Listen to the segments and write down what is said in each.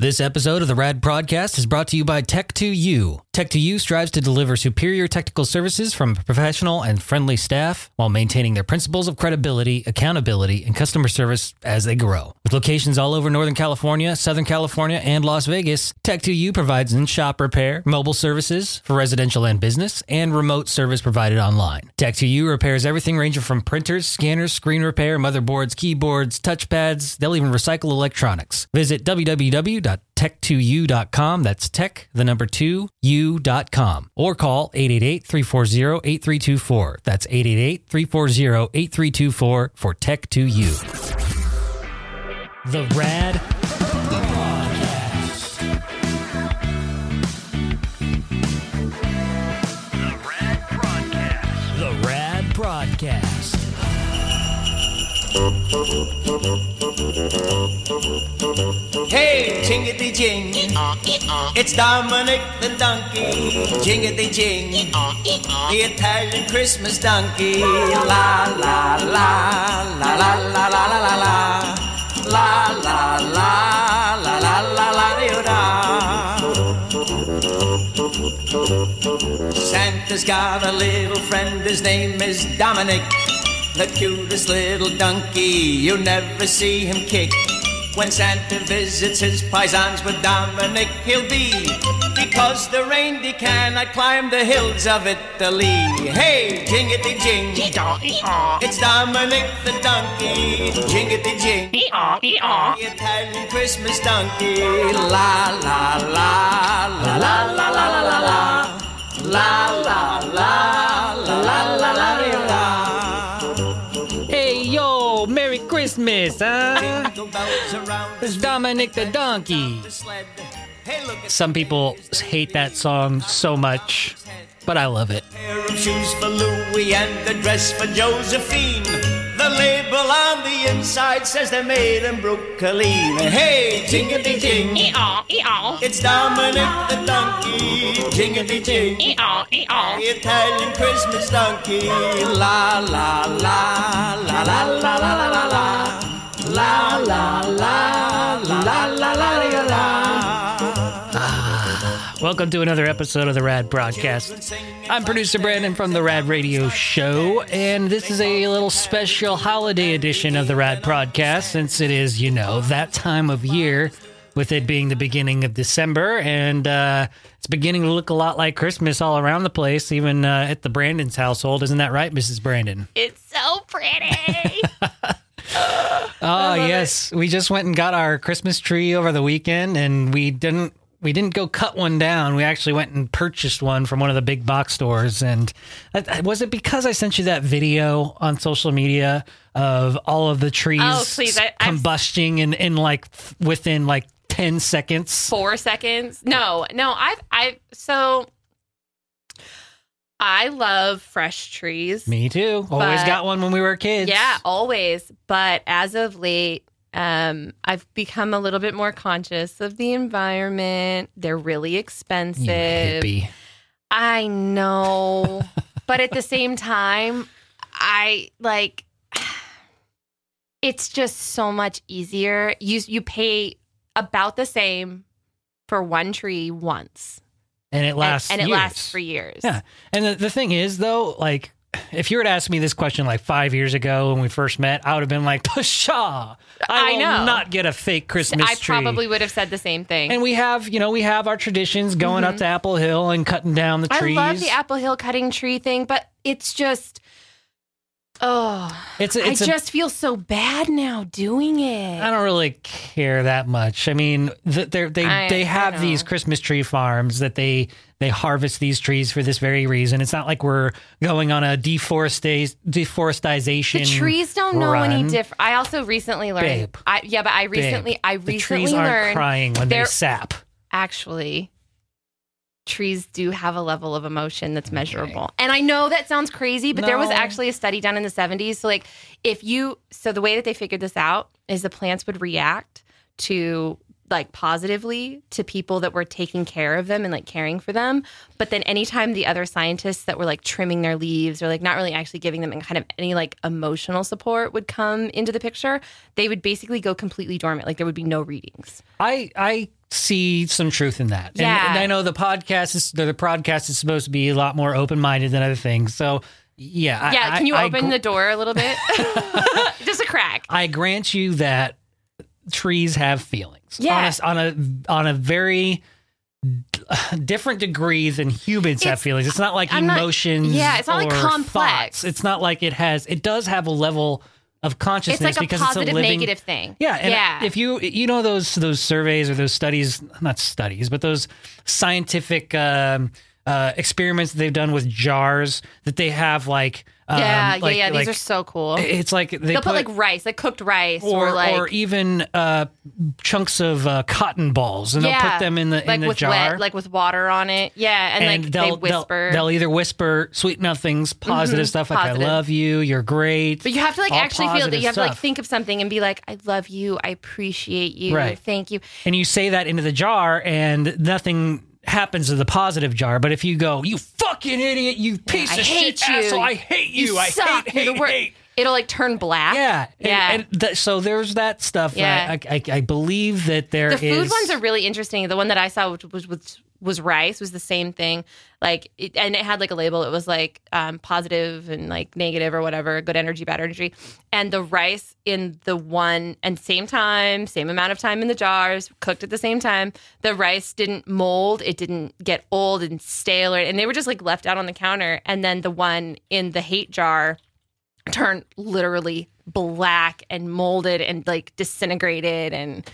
This episode of the Rad Podcast is brought to you by Tech2U. Tech2U strives to deliver superior technical services from a professional and friendly staff while maintaining their principles of credibility, accountability, and customer service as they grow. With locations all over Northern California, Southern California, and Las Vegas, Tech2U provides in shop repair, mobile services for residential and business, and remote service provided online. Tech2U repairs everything ranging from printers, scanners, screen repair, motherboards, keyboards, touchpads. They'll even recycle electronics. Visit www.tech2u.com. That's tech, the number two, u.com. Or call 888 340 8324. That's 888 340 8324 for Tech2U. The Rad The Rad Broadcast. Hey, jingity jing, it's Dominic the donkey. Jingity jing, the Italian Christmas donkey. La la la la la la la la la la la la la la la la la di, da. Santa's got a little friend, his name is Dominic. The cutest little donkey, you never see him kick. When Santa visits his paisans with Dominic, he'll be. Because the reindeer cannot climb the hills of Italy. Hey, jingity jing, it's Dominic the donkey. Jingity jing, the Italian Christmas donkey. La la la la la la la la la la. La la la la la la la la la. Hey yo, Merry Christmas, huh? Jingle bells around the It's Dominic the Donkey. sled. Hey, look at Some people hate that song so much, but I love it. pair of shoes for Louis and a dress for Josephine. The label on the inside says they're made in Brooklyn. Hey, jingity jing, it's Dominic the donkey. Jingity jing, the Italian Christmas donkey. La la la la la la la la la la. La la la la la la la la la. Welcome to another episode of the Rad Broadcast. I'm producer Brandon from the Rad Radio Show, and this is a little special holiday edition of the Rad Broadcast since it is, you know, that time of year, with it being the beginning of December, and uh, it's beginning to look a lot like Christmas all around the place, even uh, at the Brandon's household. Isn't that right, Mrs. Brandon? It's so pretty. Oh yes, we just went and got our Christmas tree over the weekend, and we didn't we didn't go cut one down. We actually went and purchased one from one of the big box stores. And I- I- was it because I sent you that video on social media of all of the trees Oh, please, I- I've- combusting in in like f- within like ten seconds? Four seconds. No, no, I've, I've, so I love fresh trees. Me too. Always But- got one when we were kids. Yeah, always. But as of late, um, I've become a little bit more conscious of the environment. They're really You expensive. hippie. I know. but at the same time, I like it's just so much easier. You you pay about the same for one tree once. And it and- lasts and, it years. lasts for years. Yeah. And the, the thing is, though, like, if you were to ask me this question like five years ago when we first met, I would have been like, pshaw, I, I will know. not get a fake Christmas I tree. probably would have said the same thing. and we have, you know, we have our traditions going up to Apple Hill and cutting down the trees. Mm-hmm. I love the Apple Hill cutting tree thing, but it's just oh, It's, a, it's I a- just feel so bad now doing it. I don't really care that much. I mean, th- they're, they I- they I have these know. Christmas tree farms that they they harvest these trees for this very reason. It's not like we're going on a deforestation deforestation. The trees don't know any run. different. I also recently learned. Babe. I, yeah, but I recently, Babe, I the recently trees aren't learned crying when they they're- sap. actually trees do have a level of emotion that's measurable. And I know that sounds crazy, but there was No. actually a study done in the 70s. So like if you so the way that they figured this out is the plants would react to like positively to people that were taking care of them and like caring for them. But then anytime the other scientists that were like trimming their leaves or like not really actually giving them kind of any like emotional support would come into the picture, they would basically go completely dormant. Like there would be no readings. I I see some truth in that. And- Yeah. And, I know the podcast is the, the podcast is supposed to be a lot more open minded than other things. So yeah, I- yeah, I, can you I open gr- the door a little bit? Just a crack. I grant you that trees have feelings. Yeah. On a s- On a, on a very d- different degree than humans have It's- feelings. It's not like I'm not- emotions. yeah, it's not, like, or complex. thoughts. It's not like it has. It does have a level of It's consciousness like a because positive it's a living, negative thing. Yeah, and yeah. if you you know those those surveys or those studies, not studies, but those scientific um, uh, experiments that they've done with jars that they have like um, yeah, like- yeah, yeah. These like- are so cool. It's like they They'll put, like rice, like cooked rice, or, or, like or even uh, chunks of uh, cotton balls, and they'll yeah, put them in the like in the with jar, wet, like with water on it. Yeah, and, like they they'll, whisper. Mm-hmm. They'll, they'll either whisper sweet nothings, positive stuff like positive. "I love you," "You're great," but you have to like all actually feel that positive you have to like stuff. think of something and be like, I love you, I appreciate you, Right. thank you. and you say that into the jar, and nothing happens to the positive jar. But if you go, "You fucking idiot! You piece I of hate shit you. asshole! I hate you! I suck. hate You're hate the worst." hate!" It'll like turn black. Yeah, and- yeah. and th- so there's that stuff. Yeah. I, I, I believe that there the is food ones are really interesting. The one that I saw, which was was, was rice, was the same thing. Like, it, and it had like a label. It was like um, positive and like negative or whatever, good energy, bad energy. And the rice in the one and same time, same amount of time in the jars, cooked at the same time. The rice didn't mold. It didn't get old and stale, or, and they were just like left out on the counter. And then the one in the hate jar turned literally black and molded and like disintegrated and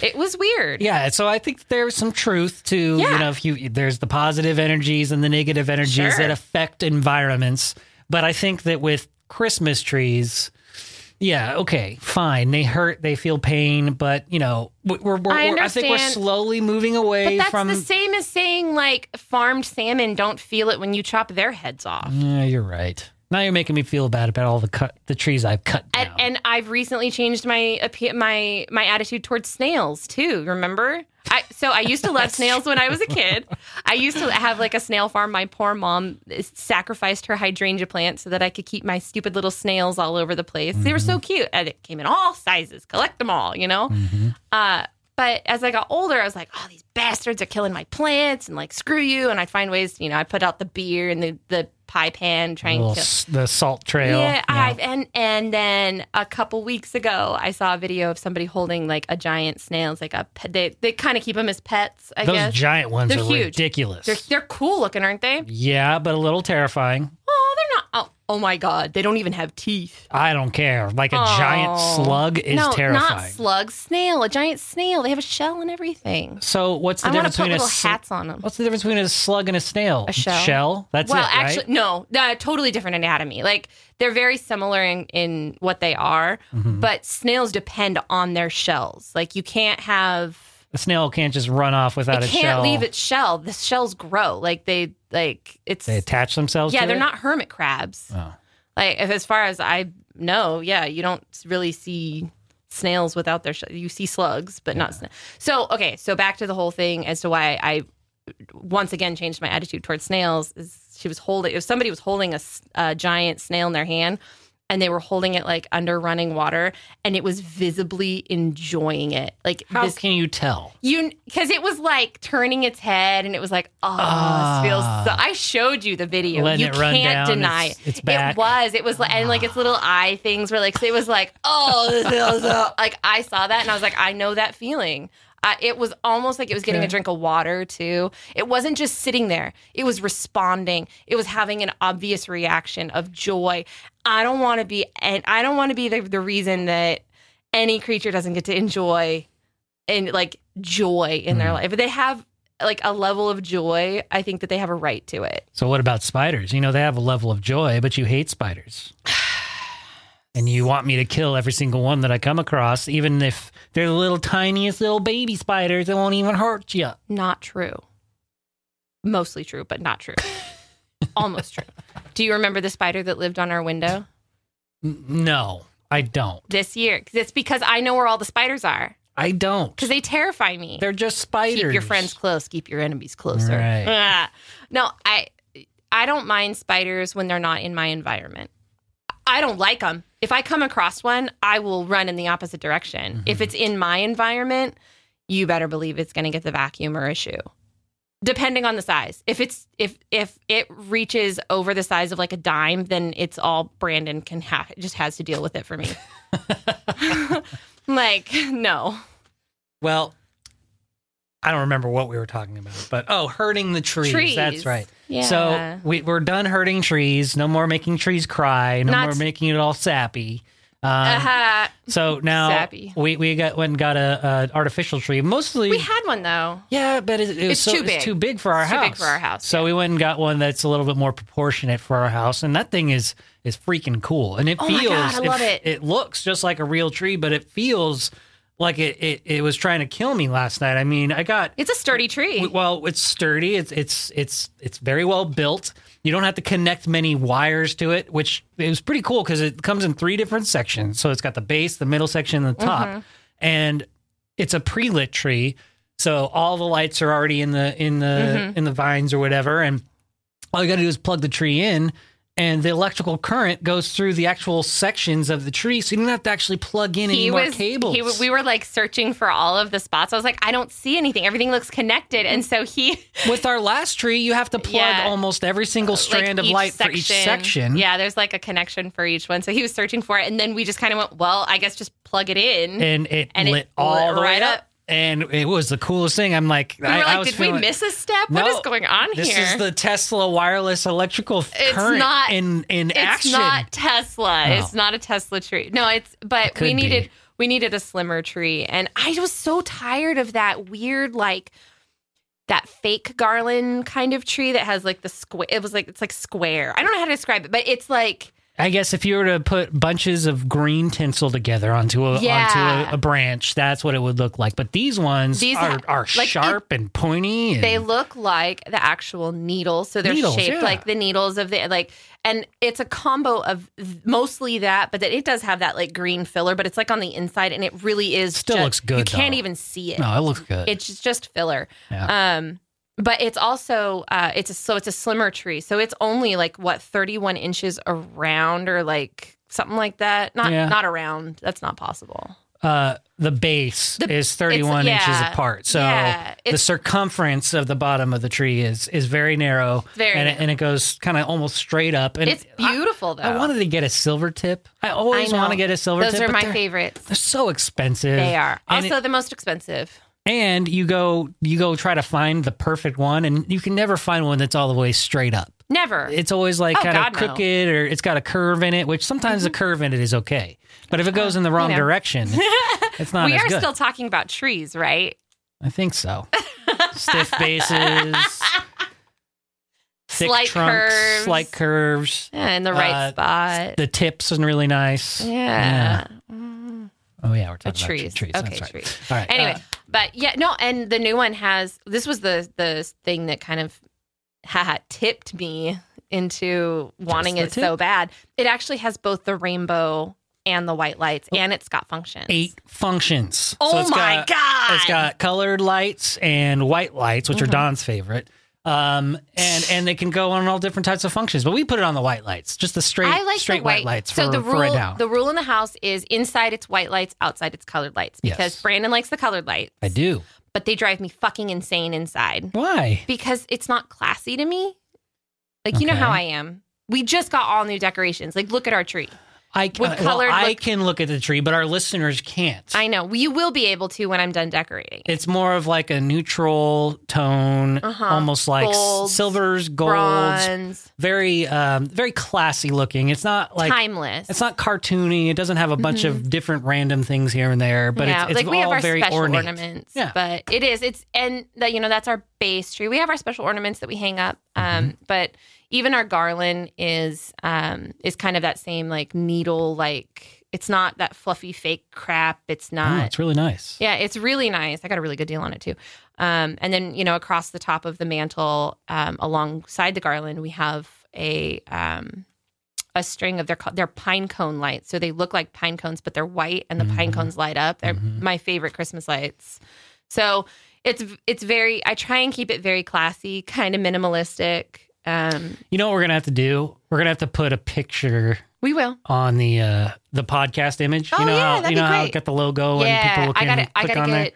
it was weird. Yeah, so I think there's some truth to you Yeah. know if you there's the positive energies and the negative energies Sure. that affect environments, but I think that with Christmas trees, yeah, okay, fine, they hurt, they feel pain, but you know we're, we're, I we're I think we're understand. slowly moving But away that's from. the same as saying like farmed salmon don't feel it when you chop their heads off. yeah, you're right. Now you're making me feel bad about all the cut the trees I've cut down. And, and I've recently changed my appe- my my attitude towards snails too. Remember, I so I used to love snails when I was a kid. I used to have like a snail farm. My poor mom sacrificed her hydrangea plant so that I could keep my stupid little snails all over the place. They were so cute, and it came in all sizes. Collect them all, you know. Uh, but as I got older, I was like, oh, these bastards are killing my plants and like screw you. And I'd find ways, you know, I put out the beer and the, the pie pan trying Little to s- the salt trail. yeah, I've, and and then a couple weeks ago, I saw a video of somebody holding like a giant snail. It's like a pet. They they kind of keep them as pets. I those guess giant ones They're are huge. ridiculous. they're they're cool looking, aren't they? yeah, but a little terrifying. Oh, they're not. Oh, oh my god, they don't even have teeth. I don't care. Like a giant Oh. slug is no, not terrifying. slug, snail, a giant snail. They have a shell and everything. so what's the I want difference to put between a little sl- hats on them. what's the difference between a slug and a snail? A shell? That's well, it, right? actually, no, uh, totally different anatomy. Like they're very similar in, in what they are, Mm-hmm. but snails depend on their shells. Like you can't have a snail can't just run off without it a can't shell. leave its shell. The shells grow. Like they like it's They attach themselves. yeah. to They're it? not hermit crabs. Oh. Like if, as far as I know, yeah, you don't really see snails without their shell. You see slugs, but not snails. So okay, so back to the whole thing as to why I once again changed my attitude towards snails is she was holding if somebody was holding a, s- a giant snail in their hand and they were holding it like under running water and it was visibly enjoying it like How this can you tell? you because it was like turning its head, and it was like, oh, Ah. this feels so. I showed you the video. Letting you it run can't down deny its- it. its back. It was. It was like, and like its little eye things were like. So it was like, oh, this feels so. Like I saw that, and I was like, I know that feeling. Uh, it was almost like it was getting a Okay. drink of water too. It wasn't just sitting there. It was responding. It was having an obvious reaction of joy. I don't want to be, and I don't want to be the, the reason that any creature doesn't get to enjoy and like joy in Mm-hmm. their life. If they have like a level of joy, I think that they have a right to it. So what about spiders? You know they have a level of joy, but you hate spiders. And you want me to kill every single one that I come across, even if they're the little tiniest little baby spiders that won't even hurt you. Not true. Mostly true, but not true. Almost true. Do you remember the spider that lived on our window N- no, I don't. this year? 'Cause It's because I know where all the spiders are. I don't. because they terrify me. They're just spiders. Keep your friends close. Keep your enemies closer. Right. Ah. No, I I don't mind spiders when they're not in my environment. I don't like them. If I come across one, I will run in the opposite direction. Mm-hmm. If it's in my environment, you better believe it's going to get the vacuum or a shoe. Depending on the size. If it's if if it reaches over the size of like a dime, then it's all Brandon can have just has to deal with it for me. like, no. Well, I don't remember what we were talking about, but oh, hurting the trees. That's Trees. right. Yeah. So we, we're done hurting trees. No more making trees cry. No Not- more making it all sappy. Um, uh-huh. So now Sappy. we we got went and got a, a artificial tree. Mostly, We had one though. yeah, but it, it was It's so, too it's big. too big for our It's too house. big for our house, So we went and got one that's a little bit more proportionate for our house, and that thing is is freaking cool. And it Oh my feels, God, I love it. It looks just like a real tree, but it feels like it it, it was trying to kill me last night. I mean, I got It's a sturdy tree. W- Well, it's sturdy. It's it's it's it's very well built. You don't have to connect many wires to it, which it was pretty cool because it comes in three different sections. So it's got the base, the middle section, and the top, Mm-hmm. and it's a pre-lit tree. So all the lights are already in the in the Mm-hmm. in the vines or whatever, and all you got to do is plug the tree in. And the electrical current goes through the actual sections of the tree, so you don't have to actually plug in any more cables. He, w- we were like searching for all of the spots. I was like, I don't see anything. Everything looks connected. And so he with our last tree, you have to plug Yeah. almost every single strand like, of each light for each section. Yeah, there's like a connection for each one. So he was searching for it, and then we just kind of went, well, I guess just plug it in. And it And it lit all lit the way right up. up. And it was the coolest thing. I'm like, we I, were I like, was did we feeling- miss a step? No, what is going on this here? is the Tesla wireless electrical It's current not- in, in it's action. not Tesla. No. It's not a Tesla tree. No, it's but could we needed be. we needed a slimmer tree, and I was so tired of that weird like that fake garland kind of tree that has like the square. It was like it's like square. I don't know how to describe it, but it's like I guess if you were to put bunches of green tinsel together onto a Yeah. onto a, a branch, that's what it would look like. But these ones These are, have- are like, it- sharp and pointy. And, they look like the actual needles, so they're Needles, shaped yeah. like the needles of the like. And it's a combo of th- mostly that, but that it does have that like green filler, but it's like on the inside, and it really is Still ju- looks good, You can't though. even see it. no, it looks good. it's just- just filler. Yeah. Um, but it's also uh, it's a so it's a slimmer tree, so it's only like what thirty one inches around or like something like that. Not Yeah. not around. That's not possible. uh, the base The- is 31 it's- inches yeah. apart. So Yeah. the It's- circumference of the bottom of the tree is is very narrow. very and, It, narrow. and it goes kind of almost straight up. And It's beautiful though. I, I wanted to get a silver tip. I always know. want to get a silver Those tip. are but my they're- favorites. They're so expensive. They are And, also the most expensive. and you go you go try to find the perfect one, and you can never find one that's all the way straight up. Never. It's always like Oh, kind of God, no. Mm-hmm. crooked, or it's got a curve in it. Which sometimes the curve in it is okay, but if it goes in the wrong know. direction, it's, it's not. we as are good. still talking about trees, right? I think so. Stiff bases, thick Slight trunks, curves. slight curves. Yeah, in the right Uh, spot. The tips is really nice. yeah. Mm. Oh yeah, we're talking about trees. trees. Okay, That's right. trees. All right. anyway uh, but yeah no and the new one has this was the the thing that kind of haha tipped me into wanting the it so tip. bad it actually has both the rainbow and the white lights and it's got functions Oh. eight functions. Oh it's my got- God. Mm-hmm. It's got colored lights and white lights, which are Don's favorite. Um, and and they can go on all different types of functions, but we put it on the white lights, just the straight I like straight the white, lights for, So the for rule, right now. the rule in the house is inside it's white lights, outside it's colored lights. Because Yes. Brandon likes the colored lights, I do. but they drive me fucking insane inside Why? because it's not classy to me. Like you know Okay. how I am. We just got all new decorations. Like look at our tree. I, uh, Would well, colored I look- can look at the tree, but our listeners can't. I know. You will be able to when I'm done decorating. It's more of like a neutral tone, Uh-huh. almost like s- Golds, silvers, golds, Bronze, very um, very classy looking. It's not like timeless. it's not cartoony. It doesn't have a bunch of different random things here and there, but Mm-hmm. yeah, it's, it's like all we have our very special ornate. ornaments. Yeah. But it is. It's and that you know that's our base tree. We have our special ornaments that we hang up. Um, Mm-hmm. but even our garland is um is kind of that same like needle like it's not that fluffy fake crap. It's Oh, not. it's really nice. yeah, it's really nice. I got a really good deal on it too. Um, and then you know across the top of the mantle, um, alongside the garland, we have a um, a string of their co- their pine cone lights. So they look like pine cones, but they're white, and the pine Mhm. cones light up. They're Mhm. my favorite Christmas lights. So it's it's very. I try and keep it very classy, kind of minimalistic. Um, You know what we're gonna have to do? We're gonna have to put a picture we will. on the uh the podcast image. Oh, you know yeah, how that'd you be know how great. it got the logo Oh, and yeah, people I can got it. I click got to on get. there.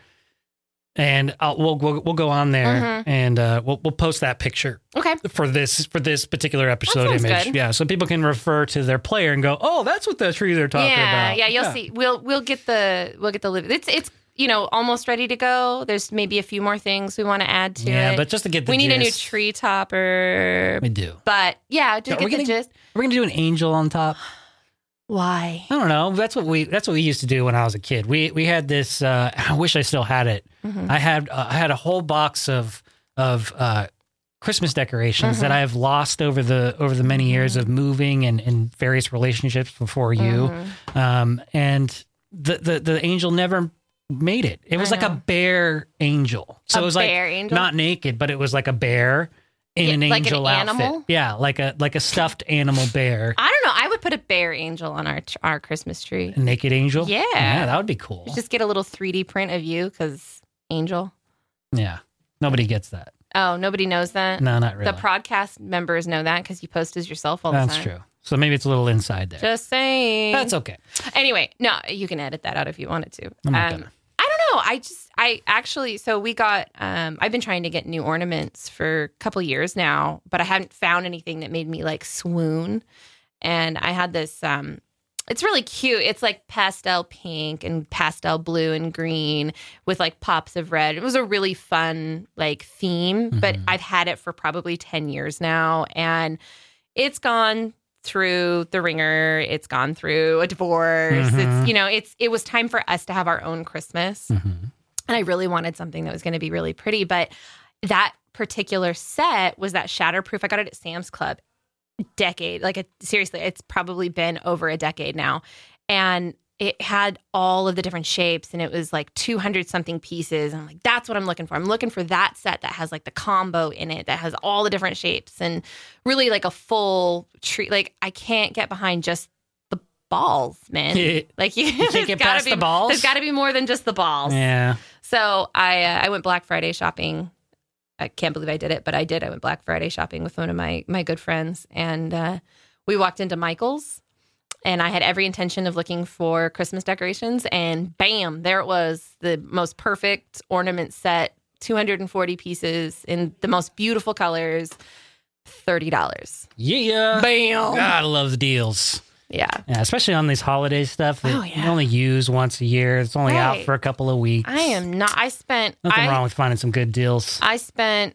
And I'll, we'll, we'll we'll go on there Mhm. and uh, we'll we'll post that picture Okay. for this for this particular episode sounds image. good. Yeah, so people can refer to their player and go, "Oh, that's what the tree they're talking yeah, about." Yeah, you'll see. We'll we'll get the we'll get the live. It's it's you know almost ready to go. There's maybe a few more things we want to add to Yeah, it. but just to get the we need a new gist. tree topper. We do. But yeah, just Are we get the gonna- gist. We're gonna do an angel on top. Why? I don't know. That's what we that's what we used to do when I was a kid. We we had this. Uh, I wish I still had it. Mhm. I had uh, I had a whole box of of uh, Christmas decorations Mm-hmm. that I have lost over the over the many years of moving and, and various relationships before you. Mhm. Um, and the, the the angel never made it. It was I like a know. bear angel. So A it was bear like angel? not naked, but it was like a bear in Yeah, an like an angel outfit. animal? Yeah, like a like a stuffed animal bear, I don't know. I would put a bear angel on our tr- our Christmas tree. a naked angel. Yeah. yeah, that would be cool. Just get a little 3D print of you because angel. Yeah. Nobody gets that. Oh, nobody knows that. No, not really. The podcast members know that because you post as yourself all the That's time. true. So maybe it's a little inside there. Just saying. That's okay. Anyway, no, you can edit that out if you wanted to. I'm not um, gonna. I don't know. I just, I actually, so we got, um, I've been trying to get new ornaments for a couple years now, but I haven't found anything that made me like swoon. And I had this, um, it's really cute. It's like pastel pink and pastel blue and green with like pops of red. It was a really fun like theme, but Mhm. I've had it for probably 10 years now. And it's gone through the ringer it's gone through a divorce Mhm. it's you know it's it was time for us to have our own christmas Mhm. and i really wanted something that was going to be really pretty but that particular set was that shatterproof i got it at sam's club decade like a, seriously it's probably been over a decade now and it had all of the different shapes and it was like 200 something pieces and i'm like that's what i'm looking for i'm looking for that set that has like the combo in it that has all the different shapes and really like a full tree like i can't get behind just the balls man like you, there's can't get gotta past be, the balls? there's got to be more than just the balls Yeah. so I uh, I went Black Friday shopping. I can't believe I did it, but I did. I went Black Friday shopping with one of my my good friends, and uh, we walked into Michael's, and I had every intention of looking for Christmas decorations, and bam, there it was, the most perfect ornament set, two hundred and forty pieces in the most beautiful colors, thirty dollars. Yeah. Bam. God, I love the deals. Yeah, Yeah, especially on these holiday stuff that Oh, yeah. you only use once a year. It's only out Right. for a couple of weeks. I am not. I spent. Nothing I, wrong with finding some good deals. I spent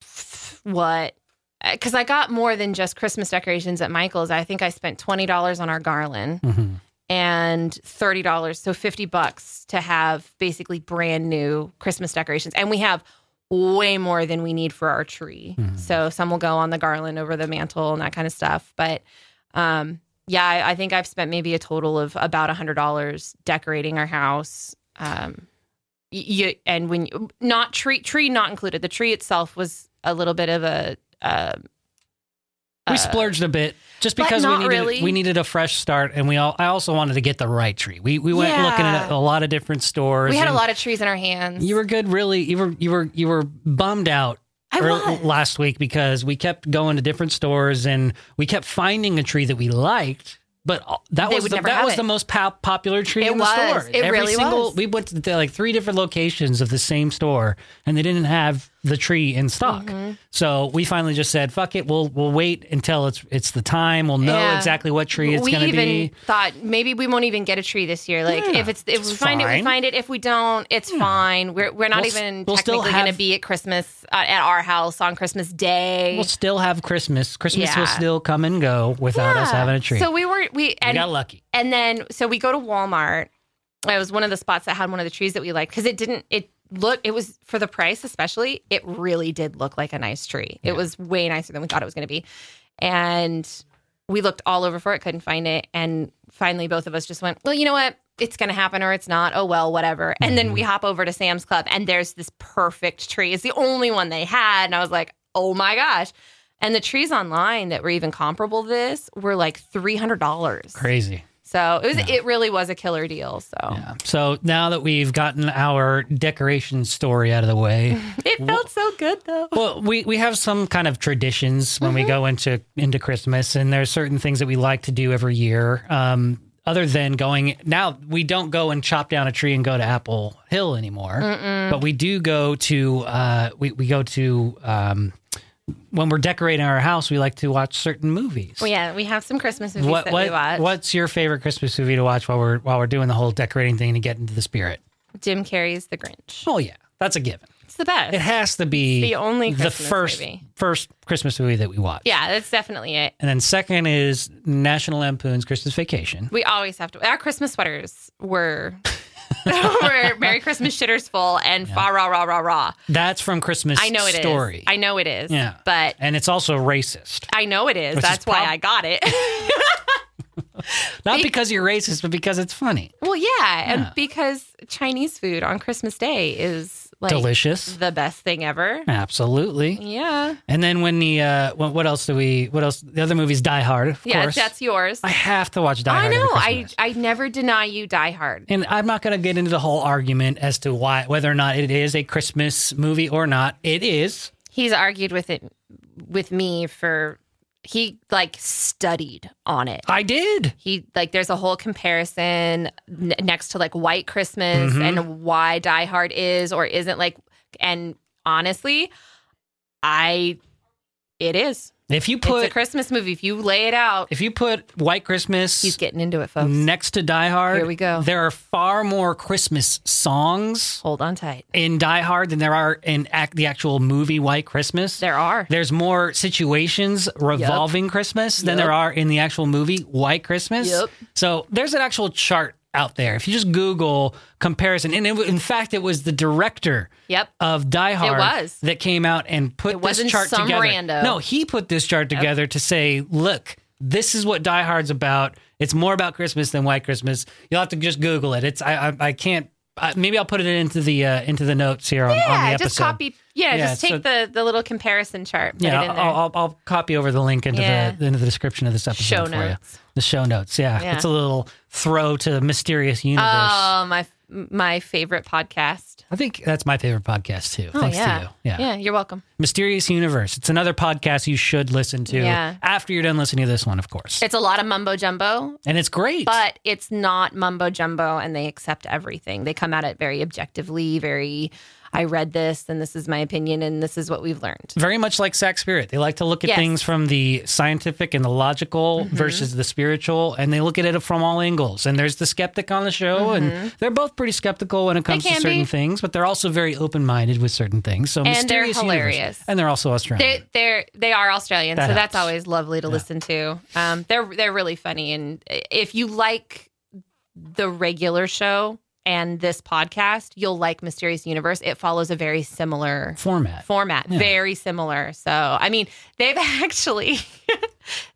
f- what? Because I got more than just Christmas decorations at Michael's. I think I spent twenty dollars on our garland hmm and thirty dollars, so fifty bucks to have basically brand new Christmas decorations, and we have way more than we need for our tree. Mhm. So some will go on the garland over the mantle and that kind of stuff. But um, yeah, I, I think I've spent maybe a total of about hundred dollars decorating our house. Um, y- you and when you, not tree tree not included. The tree itself was a little bit of a. Uh, We uh, splurged a bit just but because we not needed really. we needed a fresh start, and we all. I also wanted to get the right tree. We we went looking at Yeah. a lot of different stores. We had a and lot of trees in our hands. You were good, really. You were you were you were bummed out I ear- was. last week because we kept going to different stores and we kept finding a tree that we liked. But all- that They was would the, never that have was it. the most pop, popular tree It in the was. store. It Every really single, was. We went to the, like three different locations of the same store, and they didn't have the tree in stock. Mm-hmm. So we finally just said, "Fuck it, we'll we'll wait until it's it's the time. We'll know Yeah. exactly what tree it's we going to even be." thought maybe we won't even get a tree this year. Like Yeah, if it's if it's we find it, fine. we find it. If we don't, it's fine. We're we're not We'll s- even we'll still technically going have- to be at Christmas uh, at our house on Christmas Day. We'll still have Christmas. Christmas will Yeah. still come and go without us Yeah. having a tree. So we weren't we we and got lucky. and then so we go to Walmart. It was one of the spots that had one of the trees that we liked because it didn't it look it was for the price especially it really did look like a nice tree. It was way nicer than we thought it was going to be, and we looked all over for it, couldn't find it, and finally both of us just went, well, you know what. It's going to happen or it's not. Oh, well, whatever. And then we hop over to Sam's Club and there's this perfect tree. It's the only one they had. And I was like, oh my gosh. And the trees online that were even comparable to this were like three hundred dollars. Crazy. So it was it really was a killer deal. So Yeah. So now that we've gotten our decoration story out of the way, it felt so good though. well, we, we have some kind of traditions when we Mm-hmm. go into into Christmas, and there are certain things that we like to do every year. Um, other than going now, we don't go and chop down a tree and go to Apple Hill anymore, but we do go to uh, we we go to um, when we're decorating our house. We like to watch certain movies. Well, yeah, we have some Christmas movies what that what we watch. what's your favorite Christmas movie to watch while we're while we're doing the whole decorating thing to get into the spirit? Jim Carrey's The Grinch. Oh yeah, that's a given. It's the best. It has to be The only the Christmas first movie. first Christmas movie that we watch. yeah, that's definitely it. And then second is National Lampoon's Christmas Vacation. We always have to. Our Christmas sweaters were were Merry Christmas shitters full and fa rah rah rah rah. That's from Christmas I know it is. Story. I know it is. Yeah. But and it's also racist. I know it is. Which is That's why prob- I got it. Not because you're racist, but because it's funny. well, yeah, and because Chinese food on Christmas Day is like Delicious. the best thing ever. Absolutely. Yeah. And then when the uh what, what else do we what else the other movies Die Hard, of Yeah, course. that's yours. I have to watch Die I Hard. every know. I Christmas. I never deny you Die Hard. and I'm not going to get into the whole argument as to why whether or not it is a Christmas movie or not. It is. He's argued with it with me for he like studied on it. I did. he like there's a whole comparison n- next to like white christmas Mm-hmm. and why die hard is or isn't like and honestly i it is If you it's a put christmas movie if you lay it out if you put White Christmas he's getting into it folks next to Die Hard, Here we go. There are far more Christmas songs hold on tight in Die Hard than there are in act, the actual movie White Christmas. there are There's more situations revolving Christmas than Yep. there are in the actual movie White Christmas. Yep. So there's an actual chart out there. If you just Google comparison, and it, w- in fact, it was the director yep of Die Hard was. that came out and put It this wasn't chart some together. rando. No, he put this chart together to say, look, this is what Die Hard's about. It's more about Christmas than White Christmas. You'll have to just Google it. It's I I, I can't. Uh, maybe I'll put it into the uh, into the notes here on, on the yeah episode. just copy yeah, Yeah, just take so- the the little comparison chart put Yeah, it in I'll, there. I'll, I'll copy over the link into Yeah. the into the description of this episode Show for notes. you. The show notes. Yeah. Yeah. it's a little throw to the mysterious universe. oh my my favorite podcast I think that's my favorite podcast too. oh thanks yeah. to you. yeah you're welcome Mysterious Universe. It's another podcast you should listen to Yeah. after you're done listening to this one, of course. it's a lot of mumbo jumbo and it's great. but it's not mumbo jumbo and they accept everything. They come at it very objectively, very I read this and this is my opinion and this is what we've learned. very much like Sack Spirit. They like to look at Yes. Mm-hmm. things from the scientific and the logical versus the spiritual, and they look at it from all angles. And there's the skeptic on the show, and they're both pretty skeptical when it comes to Mm-hmm. can certain be. things, but they're also very open minded with certain things. So they're mysterious Universe. hilarious. And they're also Australian. They they're they are Australian, That so that's helps. always lovely to listen to. Um they're they're really funny and if you like the regular show and this podcast, you'll like Mysterious Universe. It follows a very similar Format. format very similar so i mean they've actually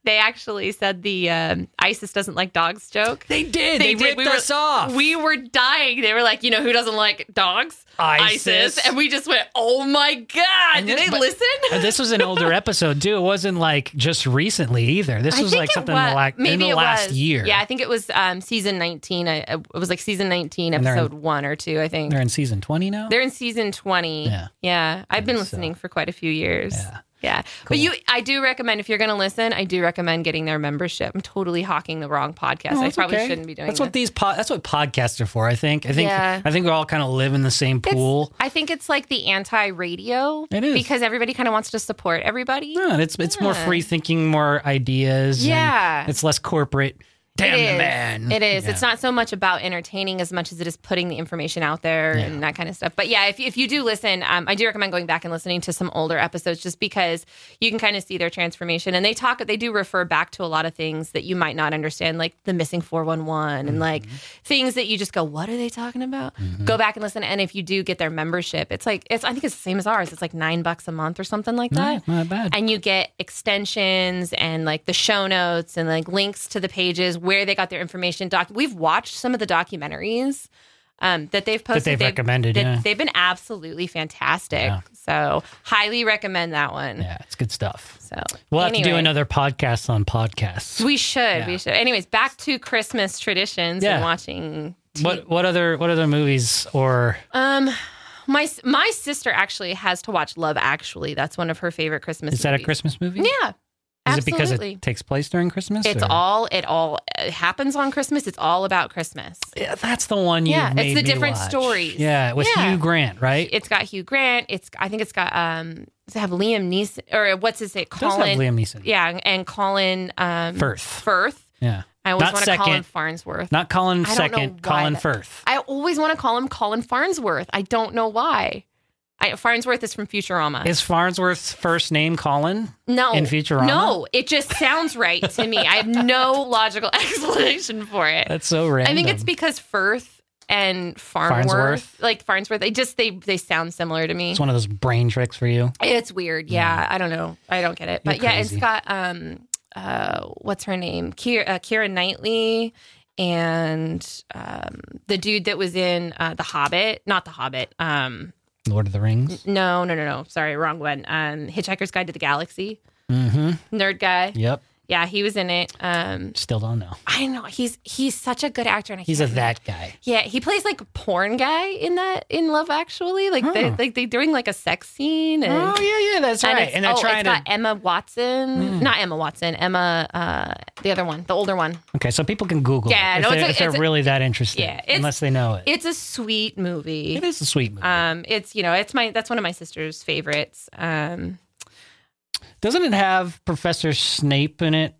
they actually said the um, isis doesn't like dogs joke they did. They, did. ripped We were- us off. we were dying they were like you know who doesn't like dogs ISIS. and we just went oh my god And did this- they but- Uh, listen this was an older episode too. It wasn't like just recently either. This I was think like it something wa- like in the it last was. year. Yeah, I think it was um, season nineteen. I, I- it was like season nineteen, And they're in- episode one or two. I think They're in season 20 now? They're in season 20. Yeah. Yeah. I've been so. listening for quite a few years. Yeah. Yeah. But you I do recommend if you're going to listen, I do recommend getting their membership. I'm totally hawking the wrong podcast. No, I that's probably Oh, okay. shouldn't be doing That's this. what these po- that's what podcasts are for, I think. I think Yeah. I think we all kind of live in the same It's- pool. I think it's like the anti-radio It is. because everybody kind of wants to support everybody. Yeah, and it's it's more Yeah. free thinking, more ideas. and Yeah. It's less corporate. Damn It the is. man. It is. Yeah. It's not so much about entertaining as much as it is putting the information out there Yeah. and that kind of stuff. But yeah, if, if you do listen, um, I do recommend going back and listening to some older episodes just because you can kind of see their transformation. And they talk, they do refer back to a lot of things that you might not understand, like the missing 411 and like Mm-hmm. things that you just go, what are they talking about? Go back and listen. And if you do get their membership, it's like, it's, I think it's the same as ours. It's like nine bucks a month or something like that Not, not bad. and you get extensions and like the show notes and like links to the pages where they got their information doc we've watched some of the documentaries um, that they've posted. they've recommended, yeah. They've been absolutely fantastic. Yeah. So highly recommend that one. Yeah, it's good stuff. So We'll have to do anyway. another podcast on podcasts. We should. We should. Anyways, back to Christmas traditions Yeah. and watching. TV. What what other what other movies or Um, my my sister actually has to watch Love Actually. That's one of her favorite Christmas. is that a movies. Christmas movie? Yeah. Is absolutely. it because it takes place during Christmas? It's or- all it all it happens on Christmas. It's all about Christmas. Yeah, that's the one. You Yeah, yeah, it's the different stories. Yeah, with Yeah. Hugh Grant, right? It's got Hugh Grant. It's I think it's got um does it have Liam Neeson or what's his name? It does have Colin. Liam Neeson. Yeah, and- and Colin um, Firth. Firth. yeah. I always Not want to call him second. Farnsworth. Not Colin I don't know second, why Colin that- Firth. I always want to call him Colin Farnsworth. I don't know why. I, Farnsworth is from Futurama. Is Farnsworth's first name Colin? no, in Futurama? No, it just sounds right to me. I have no logical explanation for it. That's so random. I think it's because Firth and Farnworth, Farnsworth? like Farnsworth, they just they they sound similar to me. It's one of those brain tricks for you. It's weird. Yeah, I don't know. I don't get it. But You're yeah, it's crazy. got um uh what's her name? Kier, uh, Kira Knightley and um the dude that was in uh The Hobbit, not The Hobbit. Um Lord of the Rings. no, no, no, no. Sorry, wrong one. Um Hitchhiker's Guide to the Galaxy. Mm-hmm. Nerd guy. Yep. Yeah, he was in it. Um Still don't know. I know he's he's such a good actor and I He's a can't that guy. yeah, he plays like a porn guy in that in Love Actually. Like they Oh. like they're doing like a sex scene Uh, and Oh yeah, yeah, that's right. it's- And they're oh, trying it's got to. Mm. Emma Watson, not Emma Watson, Emma uh, the other one, the older one. Okay, so people can Google. Yeah, it if no, it's they're, a- if they're it's a- really that interested, Yeah, it's- unless they know it. It's a sweet movie. It is a sweet movie. Um, it's you know, it's my that's one of my sister's favorites. Um, Doesn't it have Professor Snape in it?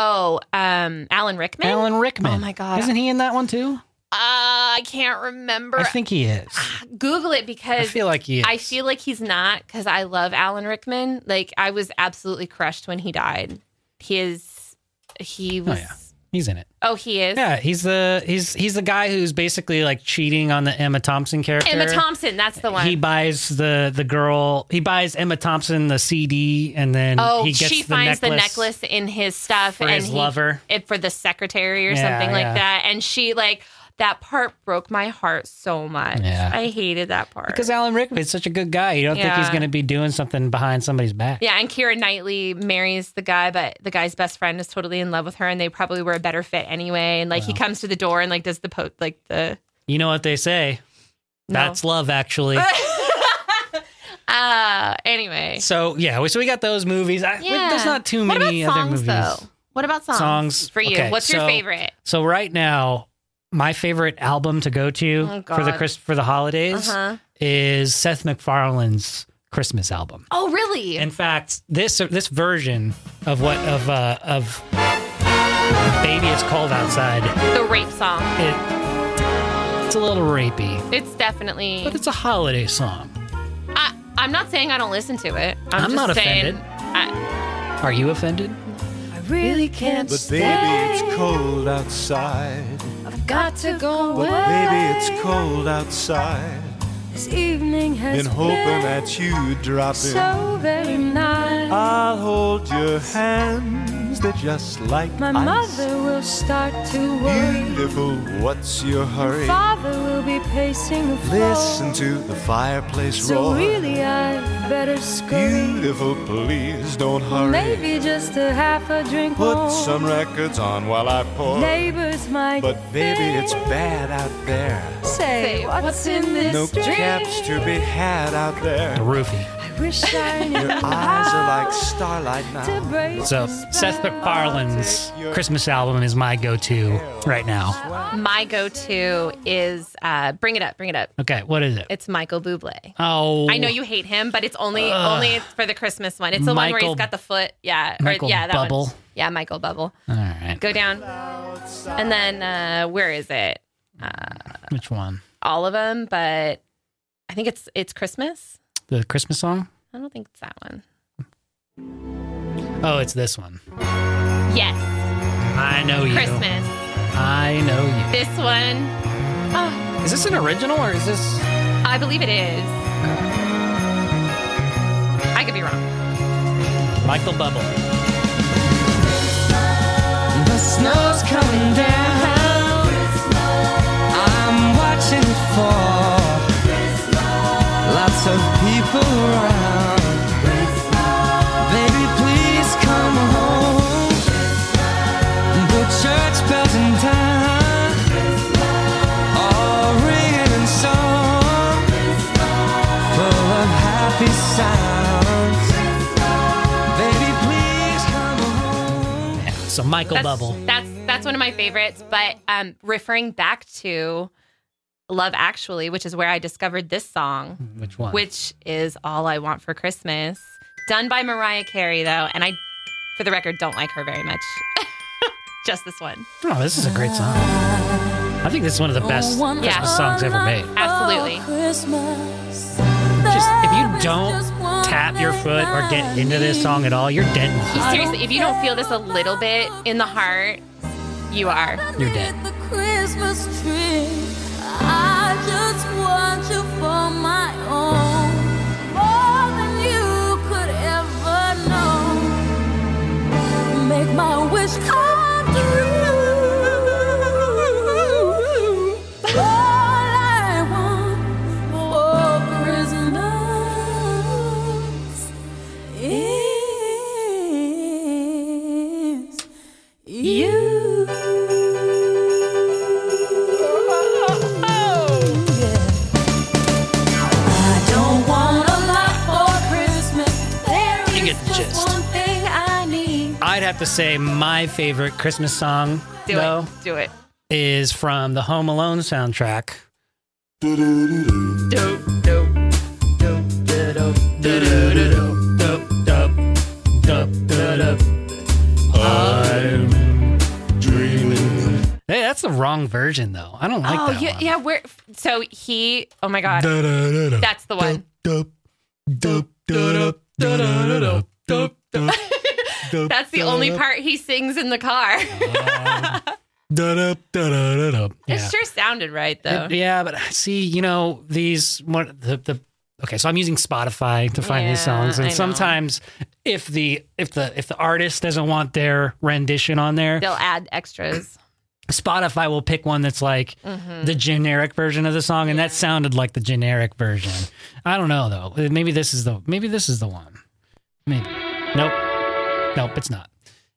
oh, um, Alan Rickman. Alan Rickman. Oh my god, Isn't he in that one too? uh, I can't remember. I think he is. Google it because I feel like he is. I feel like he's not because I love Alan Rickman. Like I was absolutely crushed when he died. He is. He was. Oh, yeah. he's in it. he is. Yeah, he's the he's he's the guy who's basically like cheating on the Emma Thompson character. Emma Thompson. That's the one. He buys the the girl. He buys Emma Thompson the CD, and then oh, he gets she the finds necklace. the necklace in his stuff for and his he, lover. it, for the secretary or Yeah, something like yeah. that. And she like that part broke my heart so much. Yeah. I hated that part. Because Alan Rickman is such a good guy, you don't think he's Yeah. going to be doing something behind somebody's back. yeah, and Kira Knightley marries the guy, but the guy's best friend is totally in love with her, and they probably were a better fit anyway. And like he comes to the door and like does the po- like the You know what they say? No. That's love, actually. uh anyway. so yeah, we- so we got those movies. I, we- Yeah. there's not too What many about other songs movies. though? What about songs, Songs. for you? Okay, What's your so- favorite? So right now, my favorite album to go to Oh, for the God. Chris for the holidays Uh-huh. is Seth MacFarlane's Christmas album. Oh really? In fact, this this version of what of uh, of Baby It's Cold Outside, the rape song. it it's a little rapey, It's definitely but it's a holiday song. I, I'm not saying I don't listen to it. I'm, I'm just not saying, offended. I, Are you offended? I really can't But baby, it's cold outside. I've got to go But baby, it's cold outside. This evening has Been hoping that you drop in. so very nice. I'll hold your hands, they're just like My ice. mother will start to worry. Beautiful, what's your hurry? Father will be pacing the floor. Listen to the fireplace so roar. really I better scurry. Beautiful, please don't hurry. Maybe just a half a drink Put more. some records on while I pour. Neighbors might But baby, it's think. bad out there. Say, what's, in this No drink? caps to be had out there. A roofie. I wish I knew Your eyes are how like starlight to now. break So the Seth spell. MacFarlane's Christmas album is my go-to right now. my go-to is uh, "Bring It Up, Bring It Up." Okay, what is it? It's Michael Bublé. Oh, I know you hate him, but it's only only for the Christmas one. It's the one where Michael- he's got the foot. Yeah, Michael yeah, that Bubble. One. Yeah, Michael Bubble. All right, Go down, and then uh, where is it? which one? All of them, but I think it's it's Christmas. The Christmas song? I don't think it's that one. Oh, it's this one. Yes, I know you. Christmas. I know This one, oh, you. Is this an original or is this? I believe it is. I could be wrong. Michael Bubble. The snow's coming down. I'm happy sounds. Baby, please come home. So Michael That's, Bubble. That's that's one of my favorites. But um, referring back to Love Actually, which is where I discovered this song, Which one? which is All I Want for Christmas, done by Mariah Carey though, and I, for the record, don't like her very much. Just this one, Oh, this is a great song. I think this is one of Oh, the best one Christmas Yeah. songs ever made. absolutely. Just if you don't tap your foot or get into this song at all, you're dead. in the- Seriously, if you don't feel this a little bit in the heart, you are. You're dead. The Christmas tree. I just want you for my own. More than you could ever know. Make my wish come true. All I want for Christmas is you. I don't want a lot for Christmas. There You is get the just gist. one thing I need. I'd have to say my favorite Christmas song, Do though, it. Do it. is from the Home Alone soundtrack. Dope, dope, dope, dope. Hey, that's the wrong version though. I don't like Oh that yeah, one. yeah. Where? So he. Oh my god. Da-da-da-da. That's the one. Dup, dup, dup, da-da-da-da, dup, dup, dup, That's the only da-da, part he sings in the car. da-da, da-da-da-da. Yeah. It sure sounded right though. It- yeah, but uh, see, you know, these one the, the okay, so I'm using Spotify to find these Yeah, songs, and I know. sometimes if the if the if the artist doesn't want their rendition on there, They'll add extras. Spotify will pick one that's like Mm-hmm. the generic version of the song, and that sounded like the generic version. I don't know though. Uh, Maybe this is the maybe this is the one. Maybe nope, nope, it's not.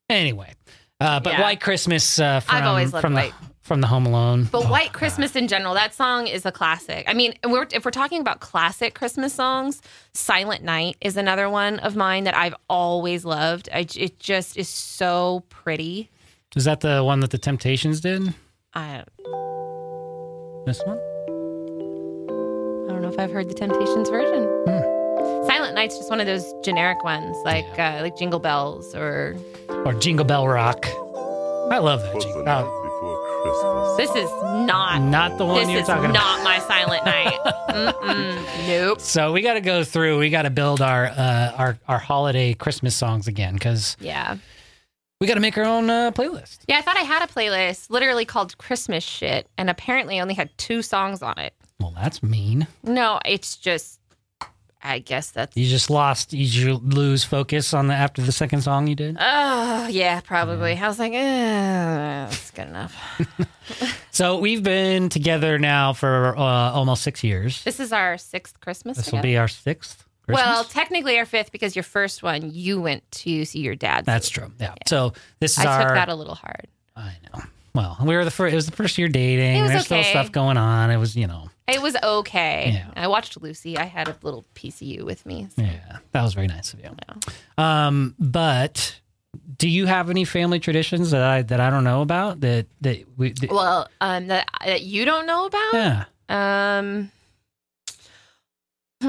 Anyway, uh, but Yeah. White Christmas uh, from always loved from White. the from the Home Alone. But Oh, White God. Christmas in general, that song is a classic. I mean, we're, if we're talking about classic Christmas songs, Silent Night is another one of mine that I've always loved. I, j- it just is so pretty. is that the one that the Temptations did? I, This one. I don't know if I've heard the Temptations version. Hmm. Silent Night's just one of those generic ones, like uh, like Jingle Bells or or Jingle Bell Rock. I love that. Jingle. Oh, this is not not the one this you're is talking about. not my Silent Night. Mm-mm. nope. So we got to go through. We got to build our uh, our our holiday Christmas songs again because Yeah. we got to make our own uh, playlist. Yeah, I thought I had a playlist literally called Christmas Shit, and apparently I only had two songs on it. Well, that's mean. No, it's just, I guess that's. You just lost. You ju- lose focus on the after the second song you did. Oh, yeah, probably. I was like, eh, that's good enough. So we've been together now for uh, almost six years. This is our sixth Christmas. This will together. be our sixth. Christmas. well, technically our fifth because your first one you went to see your dad. that's true. Yeah. So this I is our. took that a little hard. I know. Well, we were the first. It was the first year dating. It was There's okay. still stuff going on. It was you know. It was okay. Yeah. I watched Lucy. I had a little piece of you with me. so- Yeah, that was very nice of you. Um, but do you have any family traditions that I that I don't know about that that we? That, Well, um, that, that you don't know about. yeah, Um. Hmm.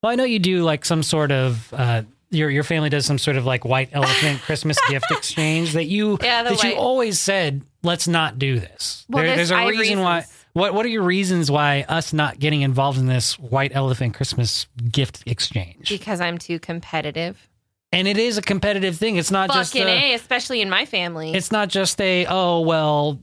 well, I know you do like some sort of uh, your your family does some sort of like white elephant Christmas gift exchange that you Yeah, the that you white- always said let's not do this. Well, there's- there's, a I have reason why. reasons. What what are your reasons why us not getting involved in this white elephant Christmas gift exchange? Because I'm too competitive. and it is a competitive thing. It's not just Fucking a- a, especially in my family. It's not just a oh well,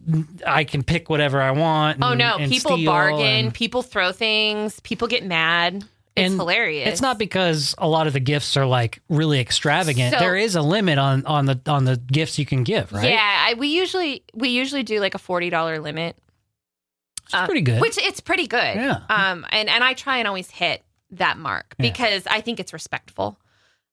I can pick whatever I want. oh and- no, and people steal bargain, and- people throw things, people get mad. It's and hilarious. It's not because a lot of the gifts are like really extravagant. So- there is a limit on on the on the gifts you can give, right? Yeah, I, we usually we usually do like a forty dollar limit, it's pretty good. which it's pretty good. Yeah. Um, and and I try and always hit that mark Yeah. because I think it's respectful.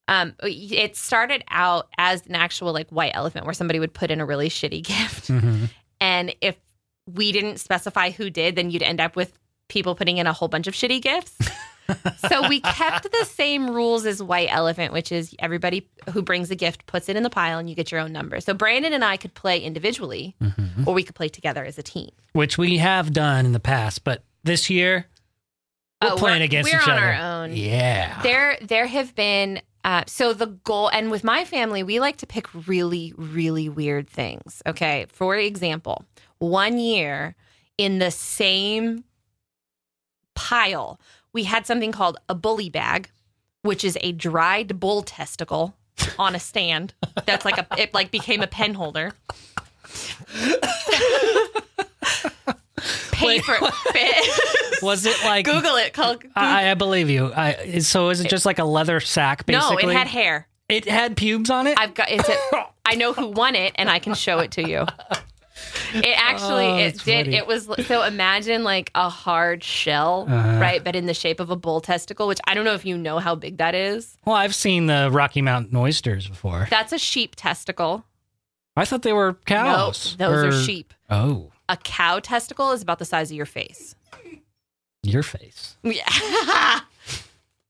Um, it started out as an actual like white elephant where somebody would put in a really shitty gift. Mhm. And if we didn't specify who did, then you'd end up with people putting in a whole bunch of shitty gifts. so we kept the same rules as White Elephant, which is everybody who brings a gift puts it in the pile and you get your own number. So Brandon and I could play individually Mm-hmm. or we could play together as a team. which we have done in the past, but this year we're Oh, playing against we're each on other. our own. Yeah. There there have been uh, so the goal and with my family we like to pick really really weird things. Okay, for example, one year in the same pile, we had something called a bully bag, which is a dried bull testicle on a stand. That's like a it like became a pen holder. Paper Was it like Google it. Call, I, I believe you. I so is it just like a leather sack no, basically? it had hair. It had pubes on it? I've got it's a, I know who won it and I can show it to you. It actually Oh, it that's did funny. it was so imagine like a hard shell, Uh-huh. right, but in the shape of a bull testicle, which I don't know if you know how big that is. well, I've seen the Rocky Mountain oysters before. That's a sheep testicle. I thought they were cows. No, those or- are sheep. Oh, A cow testicle is about the size of your face. your face. Yeah.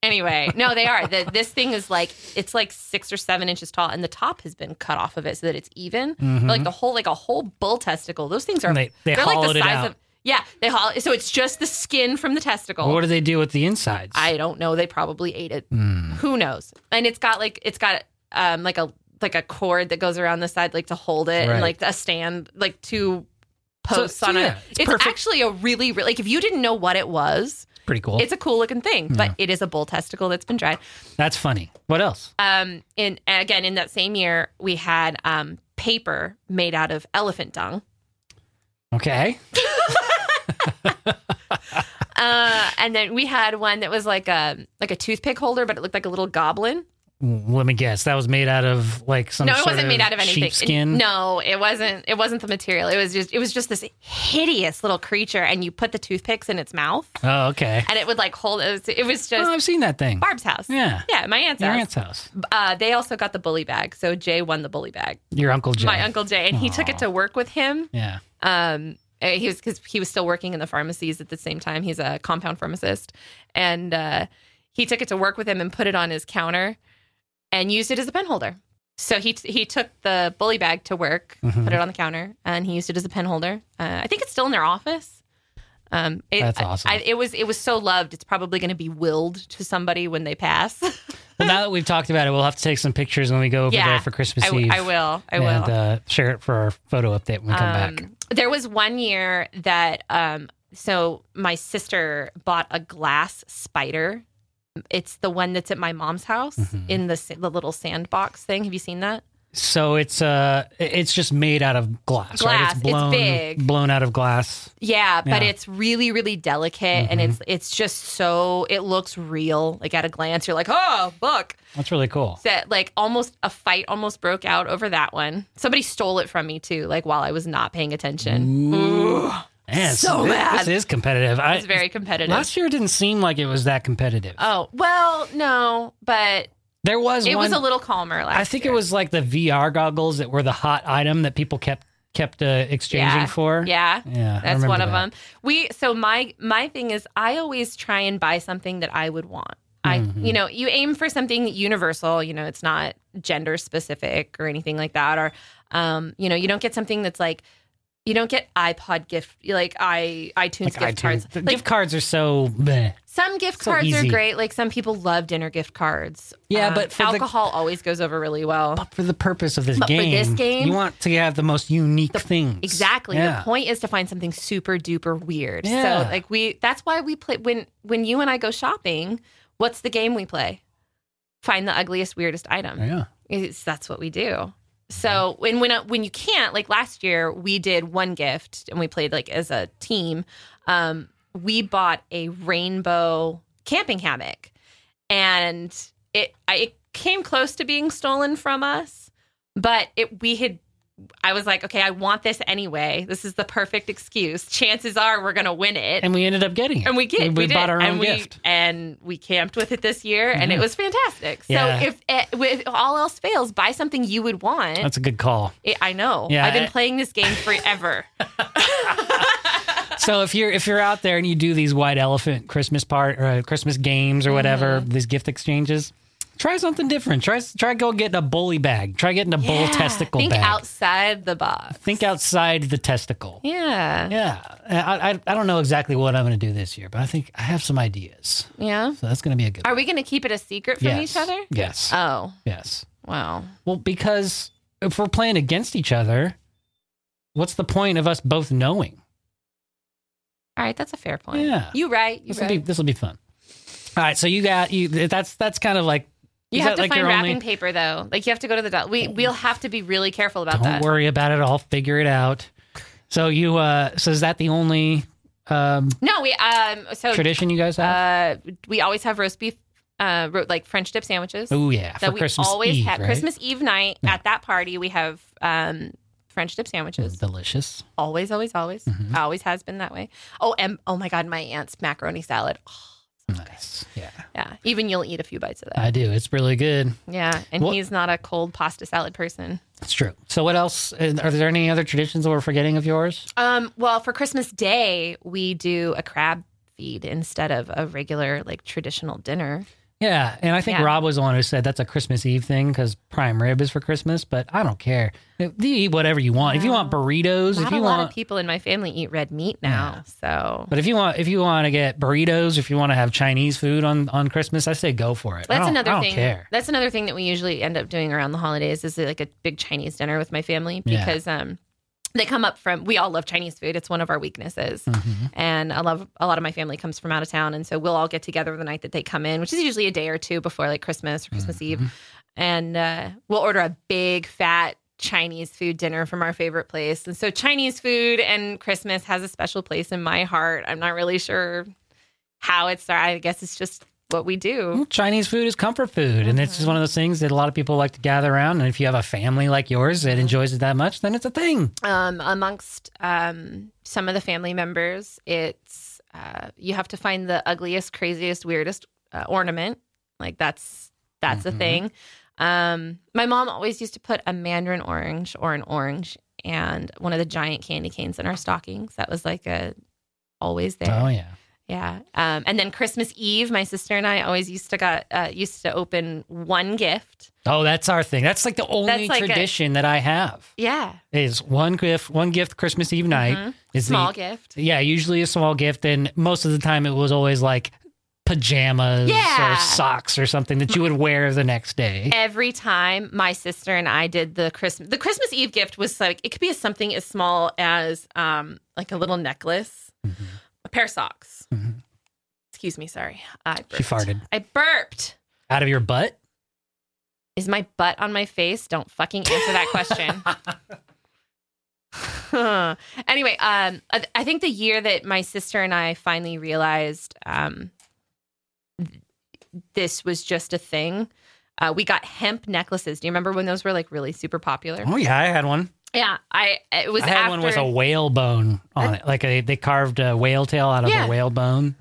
anyway, no, they are. The, this thing is like it's like six or seven inches tall, and the top has been cut off of it so that it's even. But, like the whole like a whole bull testicle. Those things are Mm-hmm. And they- they are like hollowed the it size out. of yeah. They haul so it's just the skin from the testicle. What do they do with the insides? I don't know. They probably ate it. Hmm. Who knows? And it's got like it's got um like a like a cord that goes around the side like to hold it Right. and like a stand like two posts so on it. yeah, it's It's, perfect. actually a really, really like if you didn't know what it was, Pretty cool. it's a cool looking thing, but it is a bull testicle that's been dried. That's funny. What else? Um, and again, in that same year, we had um, paper made out of elephant dung. Okay. Uh, and then we had one that was like a like a toothpick holder, but it looked like a little goblin. Mm, Let me guess. That was made out of like some no, it Oh, sort wasn't made out of anything. Sheepskin. No, it wasn't. It wasn't the material. It was just it was just this hideous little creature, and you put the toothpicks in its mouth, Oh, okay. and it would like hold. It was, it was just Oh, I've seen that thing. Barb's house. Yeah. yeah, my aunt's Your house. aunt's house. Uh, they also got the bully bag, so Jay won the bully bag. Your uncle Jay. my uncle Jay, and he took it to work with him. Yeah. Um, uh, he was because he was still working in the pharmacies at the same time. He's a compound pharmacist, and uh, he took it to work with him and put it on his counter, and used it as a pen holder. So he he took the bully bag to work, Mm-hmm. put it on the counter, and he used it as a pen holder. Uh, I think it's still in their office. Um, it, That's awesome. I, it was it was so loved. It's probably going to be willed to somebody when they pass. Well, now that we've talked about it, we'll have to take some pictures when we go over yeah, there for Christmas I, w- Eve. I will. I will. and Uh, share it for our photo update when we come back. Um, There was one year that um so my sister bought a glass spider. It's the one that's at my mom's house Mm-hmm. in the sa- the little sandbox thing. Have you seen that? So it's uh, it's just made out of glass. right? Glass. It's big. blown out of glass. Yeah, but Yeah. Mm-hmm. it's really really delicate and it's it's just so it looks real. Like at a glance you're like, "Oh, look." That's really cool. That like almost a fight almost broke out over that one. Somebody stole it from me too, like while I was not paying Mm. attention. Man, so this, bad. This is competitive. I, It's very competitive. last year didn't seem like it was that competitive. oh, well, no, but there was It one, was a little calmer last I think year. it was like the VR goggles that were the hot item that people kept kept uh, exchanging Yeah. for. Yeah. Yeah, I That's one remember of that. them. We so my my thing is I always try and buy something that I would want. I Mm-hmm. you know, you aim for something universal, you know, it's not gender specific or anything like that or um, you know, you don't get something that's like you don't get iPod gift like i iTunes Like gift iTunes. cards. The Like gift cards are so. Bleh. some gift so cards easy. are great. Like some people love dinner gift cards. Um, Yeah, but for the- alcohol always goes over really well. But for the purpose of this But for game, this game- you want to have the most unique things. Exactly. Yeah. The point is to find something super duper weird. Yeah. So like we that's why we play when when you and I go shopping, what's the game we play? Find the ugliest weirdest item. Yeah. It's, that's what we do. So when when when you can't like last year we did one gift and we played like as a team. Um, we bought a rainbow camping hammock, and it I, it came close to being stolen from us, but it we had. I was like, okay, I want this anyway. This is the perfect excuse. Chances are we're gonna win it. And we ended up getting it. And we get We, we, did. bought our and own we, gift. Mm-hmm. and we camped with it this year, and it was fantastic. So Yeah. if, eh, if all else fails, buy something you would want. That's a good call. I I know. Yeah, I've been I- playing this game forever. so if you're if you're out there and you do these white elephant Christmas part or uh, Christmas games or whatever, Mm-hmm. these gift exchanges, try something different. Try try go getting a bully bag. Try getting a bull testicle Think bag. outside the box. Think outside the testicle. Yeah. Yeah, I, I I don't know exactly what I'm going to do this year, but I think I have some ideas. Yeah. So that's going to be a good. Are we going to keep it a secret from yes. each other? Yes. Oh, yes. wow. Well, because if we're playing against each other, what's the point of us both knowing? All right, that's a fair point. Yeah. You right. You This will right. be this will be fun. All right, so you got you. That's that's kind of like you is have that to like find your wrapping only- paper though. Like you have to go to the doc. We we'll have to be really careful about Don't that. worry about it. I'll figure it out. So you uh, so is that the only um, No, we um so tradition you guys have? uh we always have roast beef uh ro- like French dip sandwiches. oh yeah, that for we Christmas always Eve, have right? Christmas Eve night at that party we have um French dip sandwiches. It's delicious. Always, always, always. Mm-hmm. Always has been that way. Oh, and oh my god, my aunt's macaroni salad. Oh, Nice. Yeah, yeah. Even you'll eat a few bites of that. I do. It's really good. yeah. And Well- he's not a cold pasta salad person. It's true. So what else? Are there any other traditions that we're forgetting of yours? Um, well, for Christmas Day, we do a crab feed instead of a regular like traditional dinner. Yeah, and I think Yeah. Rob was the one who said that's a Christmas Eve thing because prime rib is for Christmas, but I don't care. You eat whatever you want. If you want burritos, Not if you a lot want, of people in my family eat red meat now. So but if you want, if you want to get burritos, if you want to have Chinese food on on Christmas, I say go for it. I that's don't- another I don't thing. care. That's another thing that we usually end up doing around the holidays is like a big Chinese dinner with my family Yeah. because um they come up from we all love Chinese food. It's one of our weaknesses. Mm-hmm. And I love a lot of my family comes from out of town and so we'll all get together the night that they come in, which is usually a day or two before like Christmas or Christmas Mm-hmm. Eve. And uh, we'll order a big fat Chinese food dinner from our favorite place. And so Chinese food and Christmas has a special place in my heart. I'm not really sure how it started. I guess it's just what we do. Chinese food is comfort food, and it's just one of those things that a lot of people like to gather around. And if you have a family like yours that enjoys it that much, then it's a thing. um, amongst um, some of the family members, it's uh, you have to find the ugliest, craziest, weirdest uh, ornament. Like that's that's Mm-hmm. a thing. Um, my mom always used to put a mandarin orange or an orange and one of the giant candy canes in our stockings. That was like a always there. Oh yeah, Yeah. Um, and then Christmas Eve, my sister and I always used to got uh, used to open one gift. oh that's our thing. That's like the only like a- tradition that I have. Yeah, is one gift one gift Christmas Eve night is the- Mm-hmm. small gift. Yeah, usually a small gift and most of the time it was always like pajamas Yeah. or socks or something that you would wear the next day. every time my sister and I did the Christmas the Christmas Eve gift was like it could be something as small as um like a little necklace, Mm-hmm. a pair of socks. Excuse me, sorry. I burped. She farted. I burped. Out of your butt? Is my butt on my face? Don't fucking answer that question. anyway, um, I, I think the year that my sister and I finally realized um, th- this was just a thing, uh, we got hemp necklaces. Do you remember when those were like really super popular? Oh yeah, I had one. Yeah, I it was I had after one with a whale bone on it. Like a, they carved a whale tail out of Yeah. a whale bone.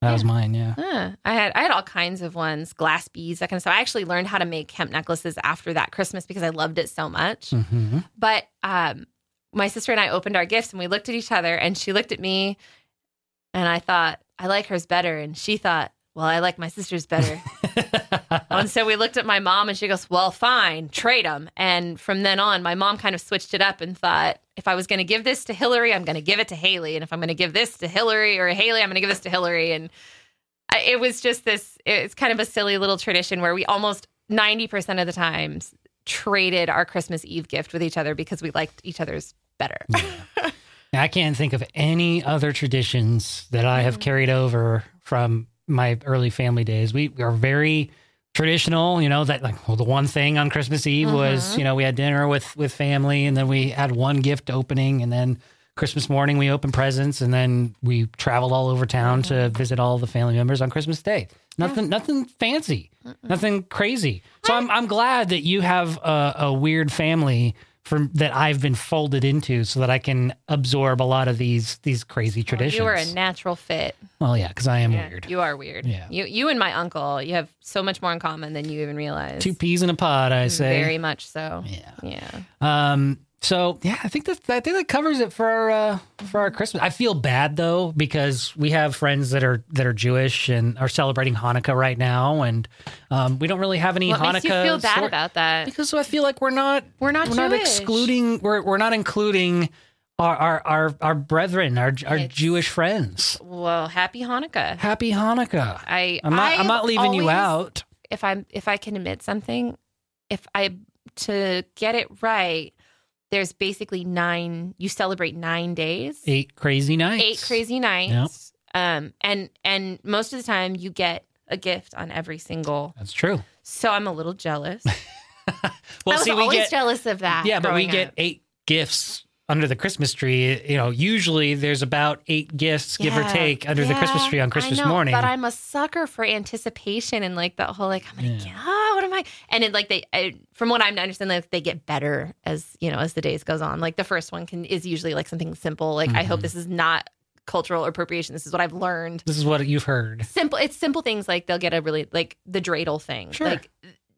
That was mine, yeah. Huh. I had I had all kinds of ones, glass beads, that kind of stuff. I actually learned how to make hemp necklaces after that Christmas because I loved it so much. Mhm. But um, my sister and I opened our gifts and we looked at each other, and she looked at me, and I thought I like hers better, and she thought, well, I like my sister's better. and so we looked at my mom, and she goes, well, fine, trade them. And from then on, my mom kind of switched it up and thought, if I was going to give this to Hillary, I'm going to give it to Haley, and if I'm going to give this to Hillary or Haley, I'm going to give this to Hillary, and I- it was just this it's kind of a silly little tradition where we almost 90% of the times traded our christmas eve gift with each other because we liked each other's better Now, I can't think of any other traditions that I have carried over from my early family days. We are very traditional, you know, that like well, the one thing on Christmas Eve was, you know, we had dinner with with family and then we had one gift opening and then Christmas morning we opened presents and then we traveled all over town to visit all the family members on Christmas Day. Nothing nothing fancy. Nothing crazy. So I'm I'm glad that you have a, a weird family from that I've been folded into so that I can absorb a lot of these these crazy traditions. Oh, you are a natural fit well, yeah, cuz I am weird. you are weird Yeah. you you and my uncle you have so much more in common than you even realize Two peas in a pod, I say. very much so Yeah. yeah Um, So yeah, I think that I think that covers it for our uh, for our Christmas. I feel bad though because we have friends that are that are Jewish and are celebrating Hanukkah right now, and um, we don't really have any What Hanukkah. makes you feel bad stor- about that? Because I feel like we're not We're not we're Jewish. not excluding we're we're not including our our our, our brethren our our It's- Jewish friends. Well, happy Hanukkah. Happy Hanukkah. I I'm not I'm not I've leaving you always- out. If I'm if I can admit something, if I to get it right, there's basically nine. You celebrate nine days. Eight crazy nights. eight crazy nights. Um, and and most of the time you get a gift on every single. That's true. So I'm a little jealous. Well, I was see, we always get jealous of that. yeah, but we growing get up. eight gifts under the Christmas tree. You know, usually there's about eight gifts, give or Yeah. take, under the Christmas Yeah, tree on I Christmas know, morning. But I'm a sucker for anticipation and like that whole like I'm gonna Yeah. get oh what am I and it like they I, from what I'm understanding like they get better as you know as the days goes on. Like the first one can is usually like something simple. Like I Mm-hmm. hope this is not cultural appropriation. This is what I've learned. this is what you've heard. simple it's simple things like they'll get a really like the dreidel thing Sure. like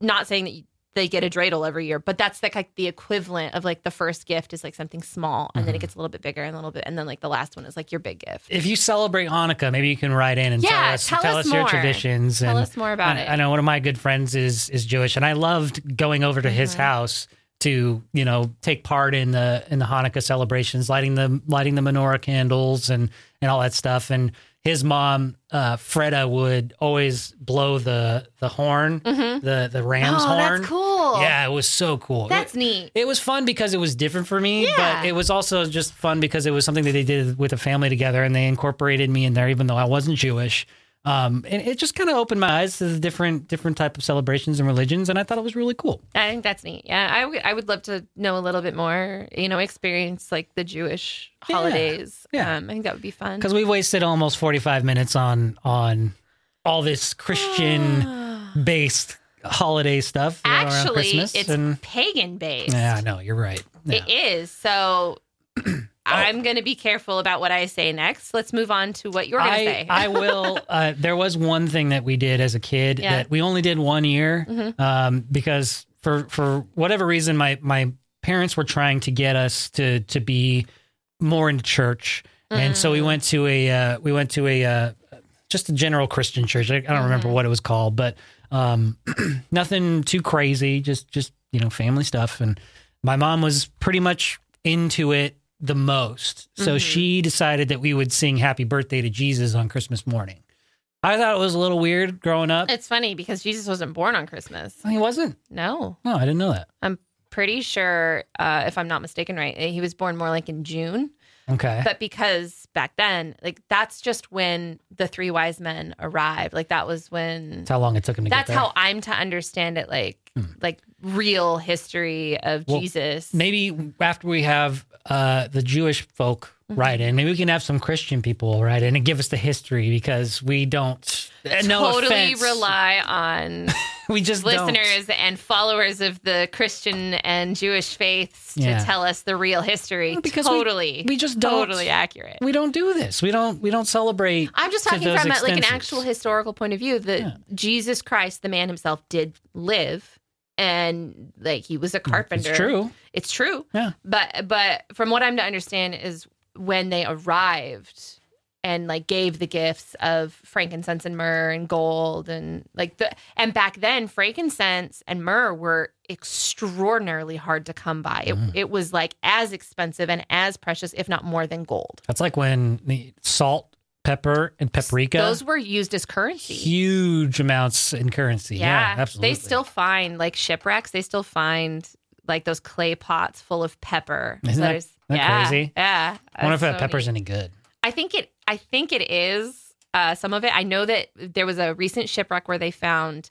not saying that you, they get a dreidel every year but that's like, like the equivalent of like the first gift is like something small and Mm-hmm. then it gets a little bit bigger and a little bit and then like the last one is like your big gift If you celebrate Hanukkah, maybe you can write in and tell Yeah, us tell us your more. traditions. tell and us more about I, it I know one of my good friends is is Jewish, and I loved going over to Mm-hmm. his house to you know take part in the in the Hanukkah celebrations, lighting the lighting the menorah candles and and all that stuff. And his mom, uh, Freda, would always blow the the horn, the the ram's Mm-hmm. oh horn. that's cool Yeah, it was so cool. that's it, neat it was fun because it was different for me, Yeah. but it was also just fun because it was something that they did with a family together and they incorporated me in there, even though I wasn't Jewish. Um, and it just kind of opened my eyes to the different different type of celebrations and religions, and I thought it was really cool. i think that's neat yeah I would- I would love to know a little bit more you know experience like the jewish Yeah. holidays Yeah. um i think that would be fun Because we wasted almost forty five minutes on on all this Christian based holiday stuff you know, around Ah. actually Christmas, it's and pagan based yeah, I know you're right. Yeah. It is. So I'm going to be careful about what I say next. Let's move on to what you're going to I, say. I will. Uh, there was one thing that we did as a kid Yeah. Mm-hmm. that we only did one year um, because for for whatever reason my my parents were trying to get us to to be more into church, and so we Mm. went to a uh, we went to a uh, just a general Christian church. I, I don't remember Mm-hmm. what it was called, but um, nothing too crazy. Just just you know family stuff. And my mom was pretty much into it the most, Mm-hmm. so she decided that we would sing "Happy Birthday to Jesus" on Christmas morning. I thought it was a little weird growing up. it's funny because Jesus wasn't born on Christmas. he wasn't. No, No, I didn't know that. I'm pretty sure, uh, if I'm not mistaken, right? He was born more like in June. Okay. But because back then, like that's just when the three wise men arrived. Like that was when. that's how long it took him to That's get there. how I'm to understand it, like like real history of Well, Jesus. maybe after we have uh, the Jewish folk Mm-hmm. write in, maybe we can have some Christian people write in and give us the history because we don't. and No totally offense, rely on We just don't. listeners and followers of the Christian and Jewish faiths to Yeah. tell us the real history. because we- totally, we just don't- totally accurate. We don't do this. We don't. We don't celebrate. I'm just to talking those from a, like an extensions. actual historical point of view that Yeah. Jesus Christ, the man himself, did live, and like he was a carpenter. Mm, It's true. It's true. Yeah. But but from what I'm to understand is when they arrived and like gave the gifts of frankincense and myrrh and gold and like the and back then frankincense and myrrh were extraordinarily hard to come by. Mm. It it was like as expensive and as precious if not more than gold. That's like when the salt, pepper, and paprika. Those were used as currency. huge amounts in currency. Yeah, absolutely. They still find like shipwrecks. They still find like those clay pots full of pepper. Isn't that- There's- that yeah, crazy? Yeah. I wonder if That's that so pepper's neat. any good. I think it. I think it is uh, some of it. I know that there was a recent shipwreck where they found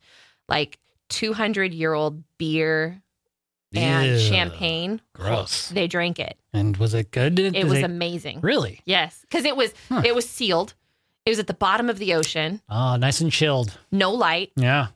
like 200 year old beer and Ew, champagne. Gross. They drank it. And was it good? Did, It did was they- amazing. really Yes, because it was Huh. it was sealed. It was at the bottom of the ocean. oh, nice and chilled. No light. Yeah.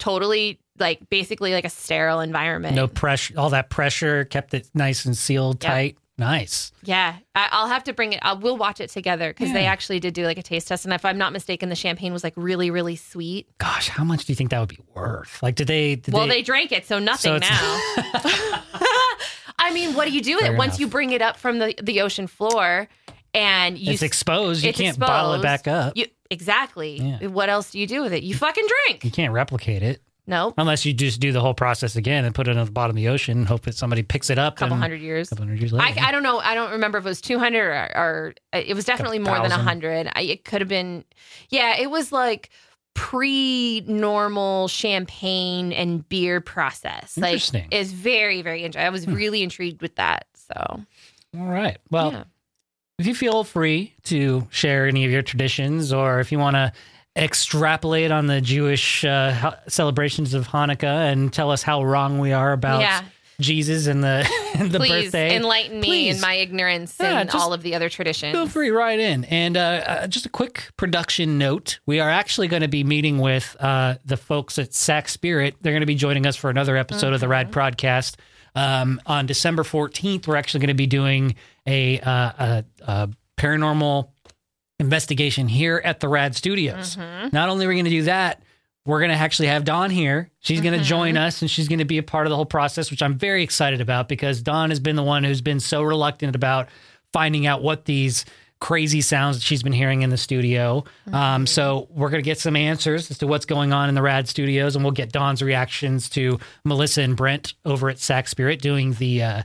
Totally like basically like a sterile environment. No pressure. All that pressure kept it nice and sealed Yeah. tight. Nice. Yeah, I, I'll have to bring it. I'll, we'll watch it together because they Yeah. actually did do like a taste test, and if I'm not mistaken, the champagne was like really, really sweet. Gosh, how much do you think that would be worth? Like, did they? Did well, they, drank it, so nothing So it's- now. I I mean, what do you do with Fair it once enough. you bring it up from the, the ocean floor and you it's s- exposed. You it's can't bottle it exposed. back up. You, You, exactly. Yeah. What else do you do with it? You fucking drink. can't replicate it Nope. unless you just do the whole process again and put it on the bottom of the ocean and hope that somebody picks it up. A couple and- hundred years. couple hundred years later. I, I don't know. I don't remember if it was 200 or, or uh, it was definitely more than thousand. 100. I, it could have been, yeah, it was like pre normal champagne and beer process. Interesting. Like, it's very, very interesting. I was really intrigued with that. So, All right. Well, yeah. if you feel free to share any of your traditions or if you want to extrapolate on the Jewish uh, ho- celebrations of Hanukkah and tell us how wrong we are about Yeah. Jesus and the, and the please birthday. enlighten me Please. in my ignorance Yeah, and just all of the other traditions. Feel free, right in. And uh, uh, just a quick production note: we are actually going to be meeting with uh, the folks at Sac Spirit. They're going to be joining us for another episode of the Rad Podcast um, on December fourteenth. We're actually going to be doing a, uh, a, a paranormal investigation here at the Rad Studios. Not only are we going to do that, we're going to actually have Dawn here. She's going to join us and she's going to be a part of the whole process, which I'm very excited about because Dawn has been the one who's been so reluctant about finding out what these crazy sounds that she's been hearing in the studio. Um, so we're going to get some answers as to what's going on in the Rad Studios, and we'll get Dawn's reactions to Melissa and Brent over at Sac Spirit doing the uh,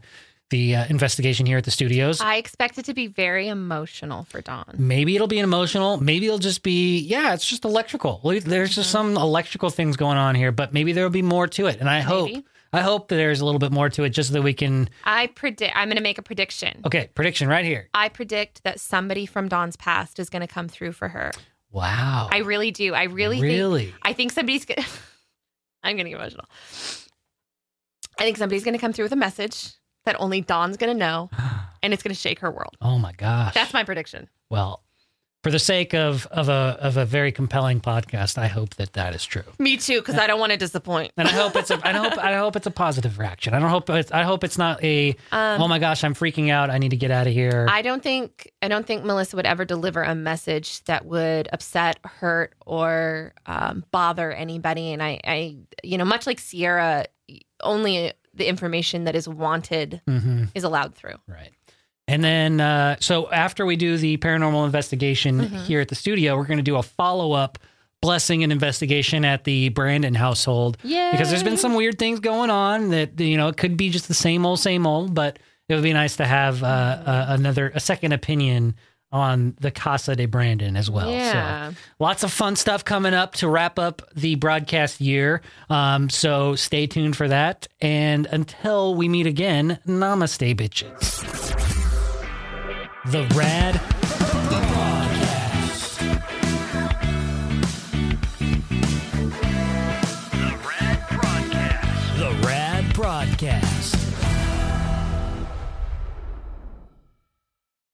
the uh, investigation here at the studios I expect it to be very emotional for Dawn. maybe it'll be emotional maybe it'll just be yeah it's just electrical Well, there's just Mm-hmm. some electrical things going on here but maybe there'll be more to it and i hope Maybe. i hope that there's a little bit more to it just so that we can I predict, I'm going to make a prediction. okay prediction right here I predict that somebody from Dawn's past is going to come through for her. wow I really do. I really, Really? think I think somebody's gonna I'm gonna get emotional. I think somebody's gonna come through with a message that only Dawn's gonna know and it's gonna shake her world. oh my gosh That's my prediction. well for the sake of of a of a very compelling podcast i hope that that is true Me too, because I don't want to disappoint. and I hope it's a, I hope I hope it's a positive reaction. I don't hope it's, I hope it's not a Um, oh my gosh I'm freaking out I need to get out of here. I don't think I don't think Melissa would ever deliver a message that would upset, hurt, or um, bother anybody. And I, I, you know, much like Sierra, only the information that is wanted mm-hmm. is allowed through. Right. And then, uh, so after we do the paranormal investigation here at the studio, we're going to do a follow up blessing and investigation at the Brandon household. Yeah. Because there's been some weird things going on that, you know, it could be just the same old, same old, but it would be nice to have uh, uh, another, a second opinion on the Casa de Brandon as well. So Yeah. lots of fun stuff coming up to wrap up the broadcast year. Um, so stay tuned for that. And until we meet again, namaste, bitches. The Rad